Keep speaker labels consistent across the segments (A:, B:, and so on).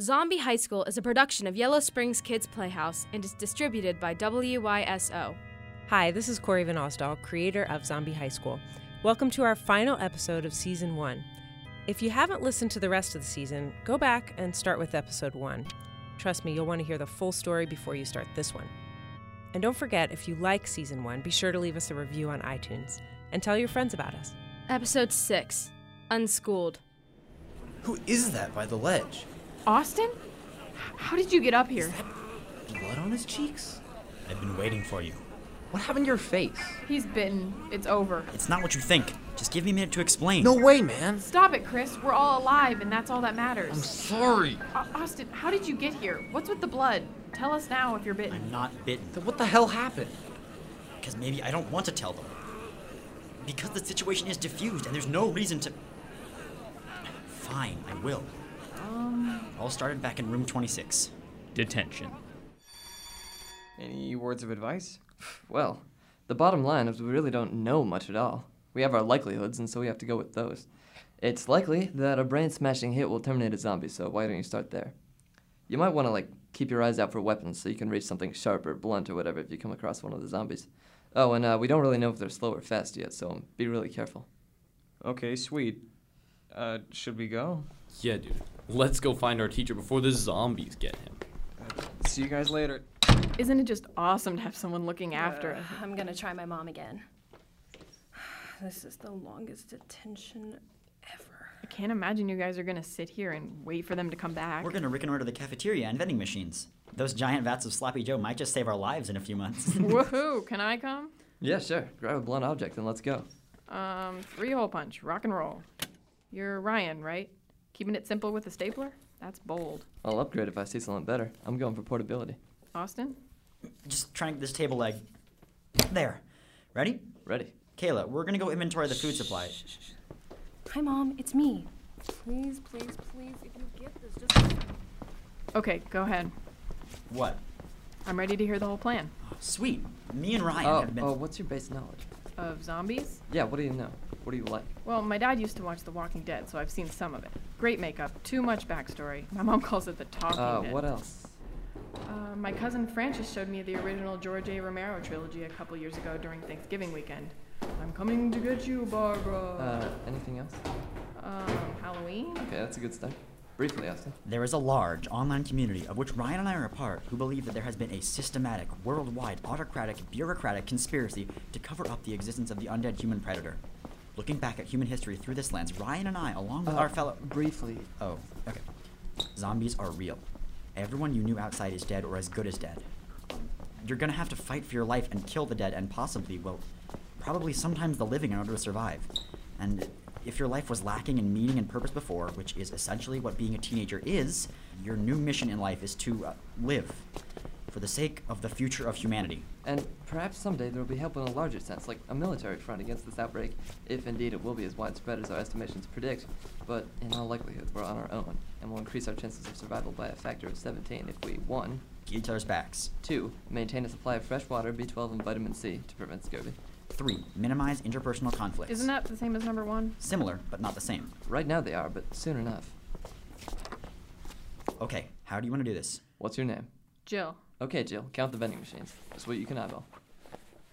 A: Zombie High School is a production of Yellow Springs Kids Playhouse and is distributed by WYSO.
B: Hi, this is Corey Van Osdal, creator of Zombie High School. Welcome to our final episode of season one. If you haven't listened to the rest of the season, go back and start with episode one. Trust me, you'll want to hear the full story before you start this one. And don't forget, if you like season one, be sure to leave us a review on iTunes and tell your friends about us.
A: Episode 6 Unschooled.
C: Who is that by the ledge?
D: Austin? How did you get up here?
C: Blood on his cheeks?
E: I've been waiting for you.
C: What happened to your face?
D: He's bitten. It's over.
E: It's not what you think. Just give me a minute to explain.
C: No way, man.
D: Stop it, Chris. We're all alive, and that's all that matters.
C: I'm sorry.
D: Au- Austin, how did you get here? What's with the blood? Tell us now if you're bitten.
E: I'm not bitten.
C: Then what the hell happened?
E: Because maybe I don't want to tell them. Because the situation is diffused and there's no reason to. Fine, I will. Um. All started back in room 26.
F: Detention.
G: Any words of advice? Well, the bottom line is we really don't know much at all. We have our likelihoods, and so we have to go with those. It's likely that a brain smashing hit will terminate a zombie, so why don't you start there? You might want to, like, keep your eyes out for weapons so you can reach something sharp or blunt or whatever if you come across one of the zombies. Oh, and uh, we don't really know if they're slow or fast yet, so um, be really careful.
H: Okay, sweet. Uh, should we go?
F: Yeah, dude. Let's go find our teacher before the zombies get him.
H: See you guys later.
D: Isn't it just awesome to have someone looking after us?
I: I'm gonna try my mom again. This is the longest detention ever.
D: I can't imagine you guys are gonna sit here and wait for them to come back.
E: We're gonna Rick and order the cafeteria and vending machines. Those giant vats of Sloppy Joe might just save our lives in a few months.
D: Woohoo! Can I come?
G: Yeah, sure. Grab a blunt object and let's go.
D: Um, three hole punch, rock and roll. You're Ryan, right? Keeping it simple with a stapler? That's bold.
G: I'll upgrade if I see something better. I'm going for portability.
D: Austin?
E: just trying this table leg. There. Ready?
G: Ready?
E: Kayla, we're gonna go inventory the food supply.
I: Hi, mom. It's me. Please, please, please. If you get this, just
D: Okay, go ahead.
E: What?
D: I'm ready to hear the whole plan.
E: Sweet. Me and Ryan
G: Oh,
E: have been.
G: oh, what's your base knowledge?
D: Of zombies?
G: Yeah, what do you know? What do you like?
D: Well, my dad used to watch The Walking Dead, so I've seen some of it. Great makeup, too much backstory. My mom calls it the talking
G: Uh,
D: dead.
G: what else?
D: Uh, my cousin Francis showed me the original George A. Romero trilogy a couple years ago during Thanksgiving weekend. I'm coming to get you, Barbara.
G: Uh, anything else?
D: um, Halloween?
G: Okay, that's a good start. Briefly, Austin.
E: There is a large online community of which Ryan and I are a part who believe that there has been a systematic, worldwide, autocratic, bureaucratic conspiracy to cover up the existence of the undead human predator. Looking back at human history through this lens, Ryan and I, along with
G: Uh,
E: our fellow.
G: Briefly.
E: Oh, okay. Zombies are real. Everyone you knew outside is dead or as good as dead. You're gonna have to fight for your life and kill the dead and possibly, well, probably sometimes the living in order to survive. And if your life was lacking in meaning and purpose before, which is essentially what being a teenager is, your new mission in life is to uh, live for the sake of the future of humanity.
G: And perhaps someday there will be help in a larger sense, like a military front against this outbreak, if indeed it will be as widespread as our estimations predict. But in all likelihood, we're on our own, and will increase our chances of survival by a factor of 17 if we 1.
E: Get each other's backs.
G: 2. Maintain a supply of fresh water, B12, and vitamin C to prevent scurvy.
E: Three, minimize interpersonal conflicts.
D: Isn't that the same as number one?
E: Similar, but not the same.
G: Right now they are, but soon enough.
E: Okay, how do you wanna do this?
G: What's your name?
D: Jill.
G: Okay, Jill, count the vending machines. That's what you can eyeball.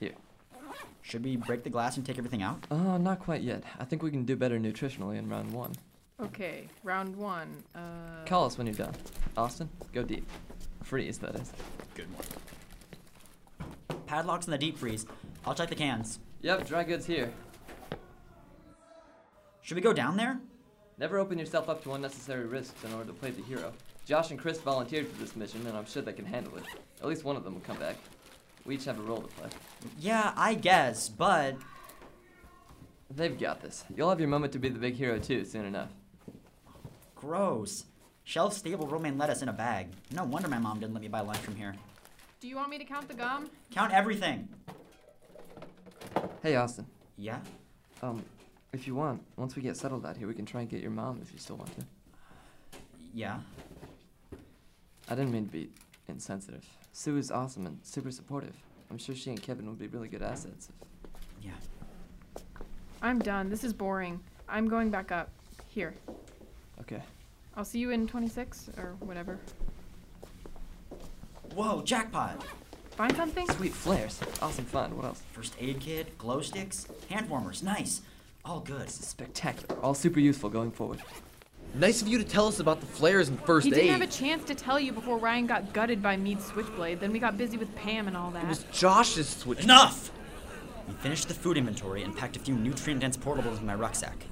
G: Here.
E: Should we break the glass and take everything out?
G: Uh, not quite yet. I think we can do better nutritionally in round one.
D: Okay, round one. Uh,
G: Call us when you're done. Austin, go deep. Freeze, that is.
E: Good one. Padlocks in the deep freeze. I'll check the cans.
G: Yep, dry goods here.
E: Should we go down there?
G: Never open yourself up to unnecessary risks in order to play the hero. Josh and Chris volunteered for this mission, and I'm sure they can handle it. At least one of them will come back. We each have a role to play.
E: Yeah, I guess, but
G: They've got this. You'll have your moment to be the big hero too soon enough.
E: gross. Shelf stable romaine lettuce in a bag. No wonder my mom didn't let me buy lunch from here.
D: do you want me to count the gum?
E: Count everything.
G: Hey, Austin.
E: Yeah?
G: Um, if you want, once we get settled out here, we can try and get your mom if you still want to.
E: Yeah.
G: I didn't mean to be insensitive. Sue is awesome and super supportive. I'm sure she and Kevin would be really good assets.
E: Yeah.
D: I'm done. This is boring. I'm going back up. Here.
G: If... Okay.
D: I'll see you in 26 or whatever.
E: Whoa, jackpot!
D: Find something?
G: Sweet flares. Awesome fun. What else?
E: First aid kit, glow sticks, hand warmers, nice. All good.
G: This is spectacular. All super useful going forward.
C: Nice of you to tell us about the flares and first
D: He
C: aid.
D: didn't have a chance to tell you before Ryan got gutted by Mead's switchblade. Then we got busy with Pam and all
C: it was
D: that.
C: Josh's switch.
E: Enough! We finished the food inventory and packed a few nutrient dense portables in my rucksack.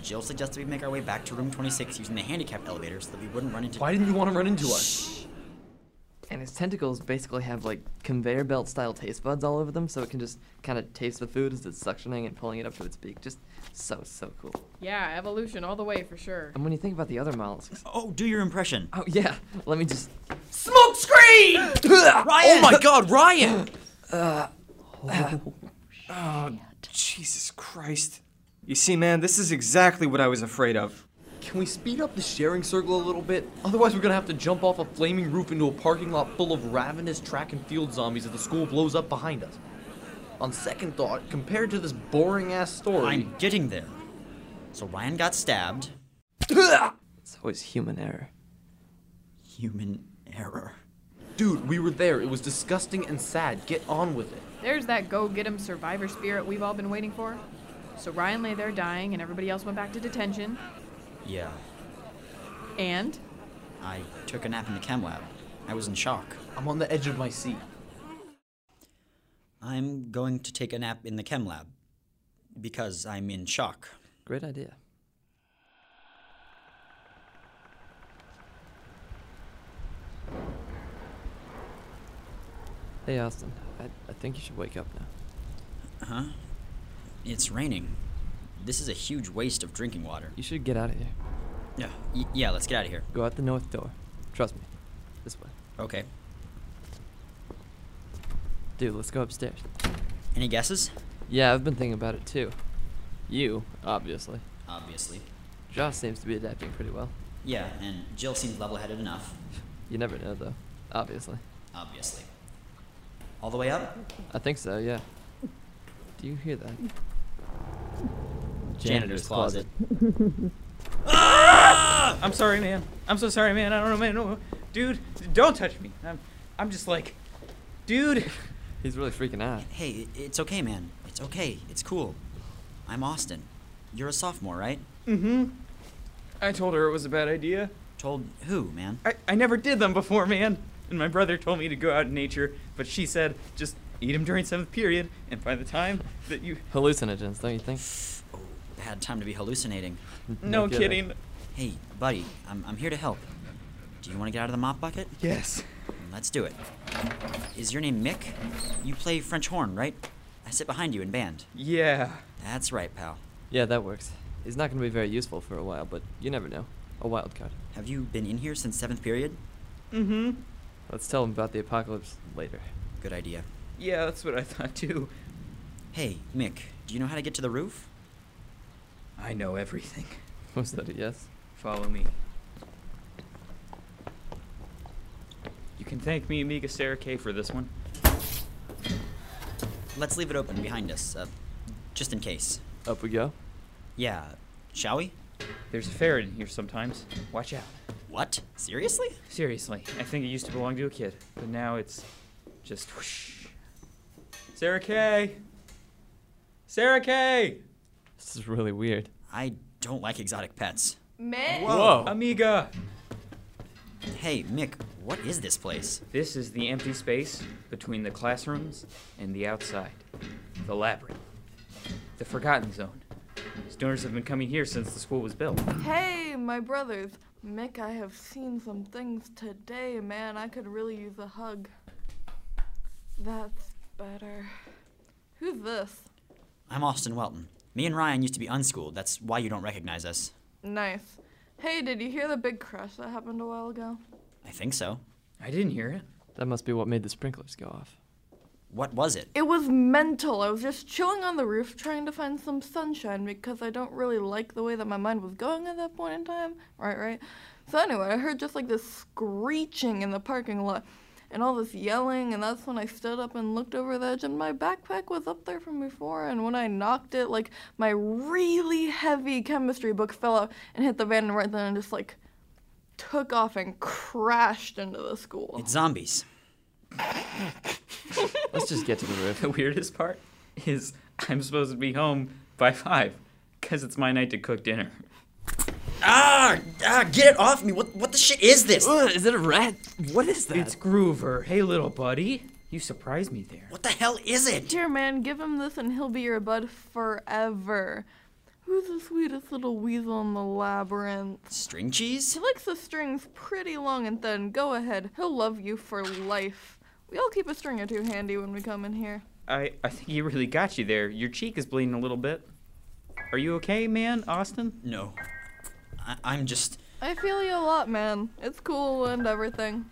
E: Jill suggested we make our way back to room 26 using the handicap elevator so that we wouldn't run into.
F: Why didn't you want to run into us?
G: And his tentacles basically have like conveyor belt style taste buds all over them, so it can just kind of taste the food as it's suctioning and pulling it up to its beak. Just so, so cool.
D: Yeah, evolution all the way for sure.
G: And when you think about the other mollusks.
E: Oh, do your impression.
G: Oh, yeah, let me just.
E: Smoke screen!
C: Oh my God, Ryan!
H: Jesus Christ. You see, man, this is exactly what I was afraid of.
F: Can we speed up the sharing circle a little bit? Otherwise, we're gonna have to jump off a flaming roof into a parking lot full of ravenous track and field zombies if the school blows up behind us. On second thought, compared to this boring ass story,
E: I'm getting there. So Ryan got stabbed.
G: It's always human error.
E: Human error.
F: dude, we were there. It was disgusting and sad. Get on with it.
D: There's that go get 'em survivor spirit we've all been waiting for. So Ryan lay there dying, and everybody else went back to detention.
E: Yeah,
D: And
E: I took a nap in the chem lab. I was in shock.
F: I'm on the edge of my seat.
E: I'm going to take a nap in the chem lab because I'm in shock.
G: Great idea. Hey, Austin, I, I think you should wake up now.
E: Uh-huh. It's raining. This is a huge waste of drinking water.
G: You should get out of here.
E: Yeah, y- yeah, let's get out of here.
G: Go out the north door. Trust me. This way.
E: Okay.
G: Dude, let's go upstairs.
E: Any guesses?
G: Yeah, I've been thinking about it too. You, obviously.
E: Obviously.
G: Josh seems to be adapting pretty well.
E: Yeah, and Jill seems level headed enough.
G: You never know, though. Obviously.
E: Obviously. All the way up?
G: I think so, yeah. Do you hear that?
J: I'm sorry, man. I'm so sorry, man. I don't know, man. No, dude, don't touch me. I'm, I'm just like, dude.
G: He's really freaking out.
E: Hey, i- it's okay, man. It's okay. It's cool. I'm Austin. You're a sophomore, right?
J: I told her it was a bad idea.
E: Told who, man?
J: I, I never did them before, man. And my brother told me to go out in nature, but she said just eat them during seventh period. And by the time that you,
G: Hallucinogens, don't you think?
E: Oh, bad time to be hallucinating.
J: no, kidding.
E: Hey, buddy, I'm, I'm here to help. Do you want to get out of the mop bucket?
J: Yes.
E: Let's do it. Is your name Mick? You play French horn, right? I sit behind you in band.
J: Yeah.
E: That's right, pal.
G: Yeah, that works. He's not going to be very useful for a while, but you never know. A wild card.
E: Have you been in here since seventh period?
J: Mm-hmm.
G: Let's tell him about the apocalypse later.
E: Good idea.
J: Yeah, that's what I thought too.
E: Hey, Mick, do you know how to get to the roof?
J: I know everything.
G: Was that a yes?
J: Follow me. You can thank me, Amiga Sarah K, for this one.
E: Let's leave it open behind us, uh, just in case.
G: Up we go.
E: Yeah, shall we?
J: There's a ferret in here sometimes. Watch out.
E: What? Seriously?
J: Seriously, I think it used to belong to a kid, but now it's just whoosh. Sarah Kay! Sarah Kay!
G: This is really weird.
E: I don't like exotic pets.
I: Man.
G: Whoa!
J: Amiga!
E: Hey, Mick, what is this place?
J: This is the empty space between the classrooms and the outside. The labyrinth. The forgotten zone. Stoners have been coming here since the school was built.
I: Hey, my brothers. Mick, I have seen some things today, man. I could really use a hug. That's better. Who's this?
E: I'm Austin Welton. Me and Ryan used to be unschooled, that's why you don't recognize us.
I: Nice. Hey, did you hear the big crash that happened a while ago?
E: I think so.
J: I didn't hear it.
G: That must be what made the sprinklers go off.
E: What was it?
I: It was mental. I was just chilling on the roof trying to find some sunshine because I don't really like the way that my mind was going at that point in time. Right, right. So anyway, I heard just like this screeching in the parking lot and all this yelling and that's when I stood up and looked over the edge and my backpack was up there from before and when I knocked it like my really heavy chemistry book fell out and hit the van and right then I just like took off and crashed into the school.
E: It's zombies.
G: Let's just get to the roof.
J: The weirdest part is I'm supposed to be home by five because it's my night to cook dinner.
E: Ah, ah, get it off me. What what the shit is this?
G: Ugh, is it a rat? What is that?
J: It's Groover. Hey, little buddy. You surprised me there.
E: What the hell is it?
I: Dear man, give him this and he'll be your bud forever. Who's the sweetest little weasel in the labyrinth?
E: String cheese?
I: He likes the strings pretty long and thin. Go ahead, he'll love you for life. We all keep a string or two handy when we come in here.
J: I, I think he really got you there. Your cheek is bleeding a little bit. Are you okay, man, Austin?
E: No. I, I'm just.
I: I feel you a lot, man. It's cool and everything.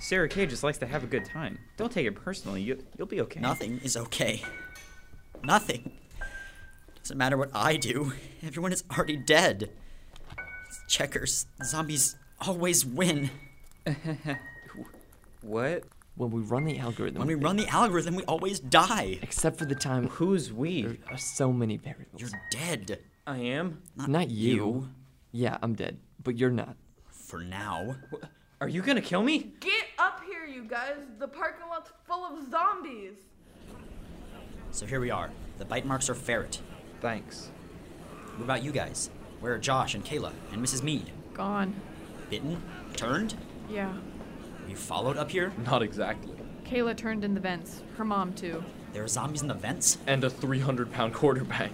J: Sarah Kay just likes to have a good time. Don't take it personally. You, you'll be okay.
E: Nothing is okay. Nothing. Doesn't matter what I do. Everyone is already dead. It's checkers. Zombies always win.
J: What?
G: When we run the algorithm,
E: When we run the algorithm, we always die.
G: except for the time
J: Who's we?
G: there are so many variables.
E: You're dead.
J: I am.
G: not you. Yeah, I'm dead, but you're not.
E: For now.
J: Are you gonna kill me?
I: Get up here, you guys! The parking lot's full of zombies!
E: So here we are. The bite marks are ferret.
J: Thanks.
E: What about you guys? Where are Josh and Kayla and Mrs. Mead?
D: Gone.
E: Bitten? Turned?
D: Yeah.
E: Were you followed up here?
F: Not exactly.
D: Kayla turned in the vents. Her mom, too.
E: There are zombies in the vents,
F: And a 300 pound quarterback.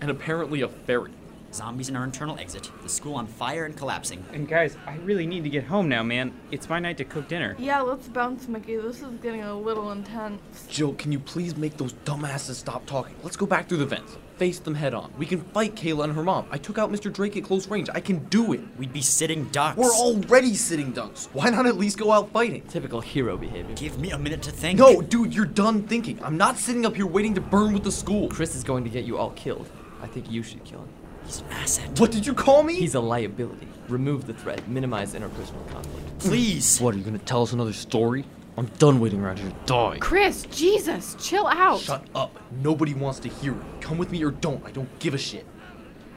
F: And apparently a ferret.
E: zombies in our internal exit, the school on fire and collapsing.
J: And guys, I really need to get home now, man. It's my night to cook dinner.
I: Yeah, let's bounce, Mickey. This is getting a little intense.
F: Jill, can you please make those dumbasses stop talking? Let's go back through the vents. Face them head on. We can fight Kayla and her mom. I took out Mr. Drake at close range. I can do it.
E: We'd be sitting ducks.
F: We're already sitting dunks. Why not at least go out fighting?
G: Typical hero behavior.
E: Give me a minute to think.
F: No, dude, you're done thinking. I'm not sitting up here waiting to burn with the school.
G: Chris is going to get you all killed. I think you should kill him.
E: He's an asset.
F: What did you call me?
G: He's a liability. Remove the threat. Minimize interpersonal conflict.
E: Please.
F: What, are you gonna tell us another story? I'm done waiting around here to die.
D: Chris, Jesus, chill out.
F: Shut up. Nobody wants to hear it. Come with me or don't. I don't give a shit.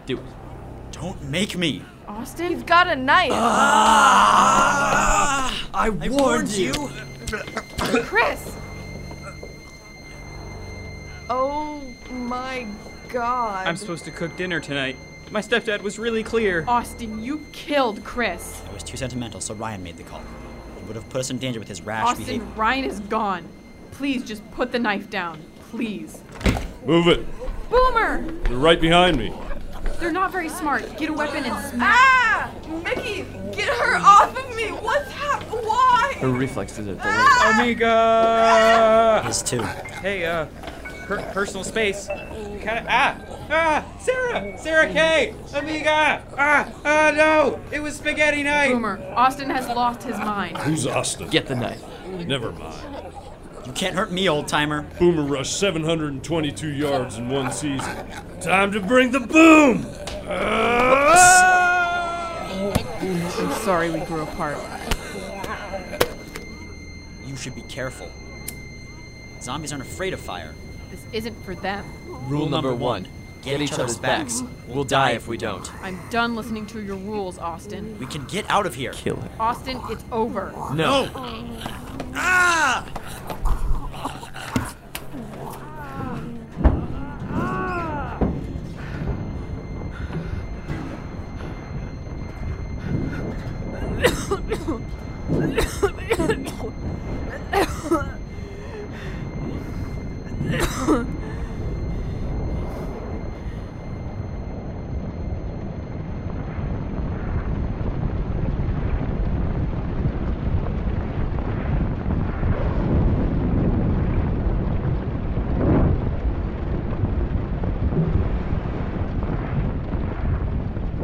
G: Do it.
E: Don't make me.
D: Austin?
I: He's got a knife!
E: Ah!
F: I,
E: I warned you.
D: Chris!
I: Oh my god.
J: I'm supposed to cook dinner tonight. My stepdad was really clear.
D: Austin, you killed Chris.
E: I was too sentimental, so Ryan made the call. He would have put us in danger with his rash behavior.
D: Austin, Ryan is gone. Please just put the knife down. Please.
K: Move it.
D: Boomer!
K: You're right behind me.
D: They're not very smart. Get a weapon and smash.
I: Ah! Mickey, get her off of me! What's hap-
G: Her
I: Why?
G: reflexes are delayed.
J: Amiga!
E: His too.
J: Hey, uh, per- personal space. Kinda, ah! Ah! Sarah! Sarah Kay! Amiga! Ah! Ah, no! It was spaghetti night!
D: Boomer, Austin has lost his mind.
K: Who's Austin?
G: Get the knife.
K: Never mind.
E: You can't hurt me, old timer.
K: Boomer rushed 722 yards in one season. Time to bring the boom!
D: I'm sorry we grew apart.
E: You should be careful. Zombies aren't afraid of fire.
D: This isn't for them.
G: Rule number one. Get each other's backs. We'll die if we don't.
D: I'm done listening to your rules, Austin.
E: We can get out of here.
G: Kill her.
D: Austin, it's over.
G: No.
E: Ah!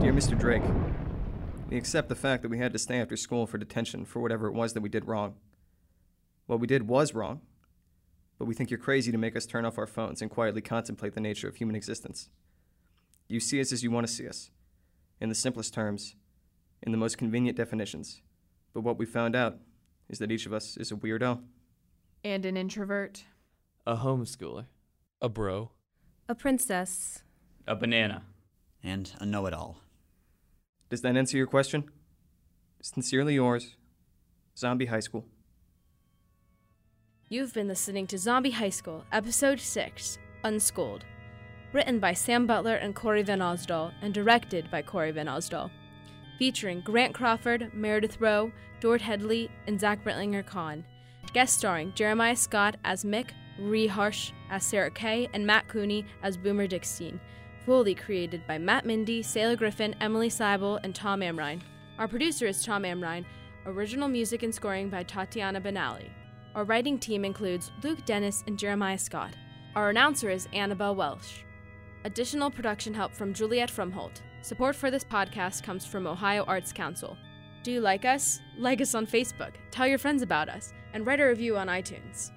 H: Dear Mr. Drake, we accept the fact that we had to stay after school for detention for whatever it was that we did wrong. What we did was wrong, but we think you're crazy to make us turn off our phones and quietly contemplate the nature of human existence. You see us as you want to see us, in the simplest terms, in the most convenient definitions. But what we found out is that each of us is a weirdo.
D: And an introvert.
G: A homeschooler.
K: A bro.
B: A princess.
J: A banana.
E: And a know it all.
H: Does that answer your question? Sincerely yours, Zombie High School.
A: You've been listening to Zombie High School, Episode 6 Unschooled. Written by Sam Butler and Corey Van Osdal, and directed by Corey Van Osdal. Featuring Grant Crawford, Meredith Rowe, Dort Headley, and Zach Britlinger Kahn. Guest starring Jeremiah Scott as Mick, Ree Harsh as Sarah Kay, and Matt Cooney as Boomer Dixteen. Fully created by Matt Mindy, Sailor Griffin, Emily Seibel, and Tom Amrine. Our producer is Tom Amrine. Original music and scoring by Tatiana Benali. Our writing team includes Luke Dennis and Jeremiah Scott. Our announcer is Annabelle Welsh. Additional production help from Juliet Fromholt. Support for this podcast comes from Ohio Arts Council. Do you like us? Like us on Facebook, tell your friends about us, and write a review on iTunes.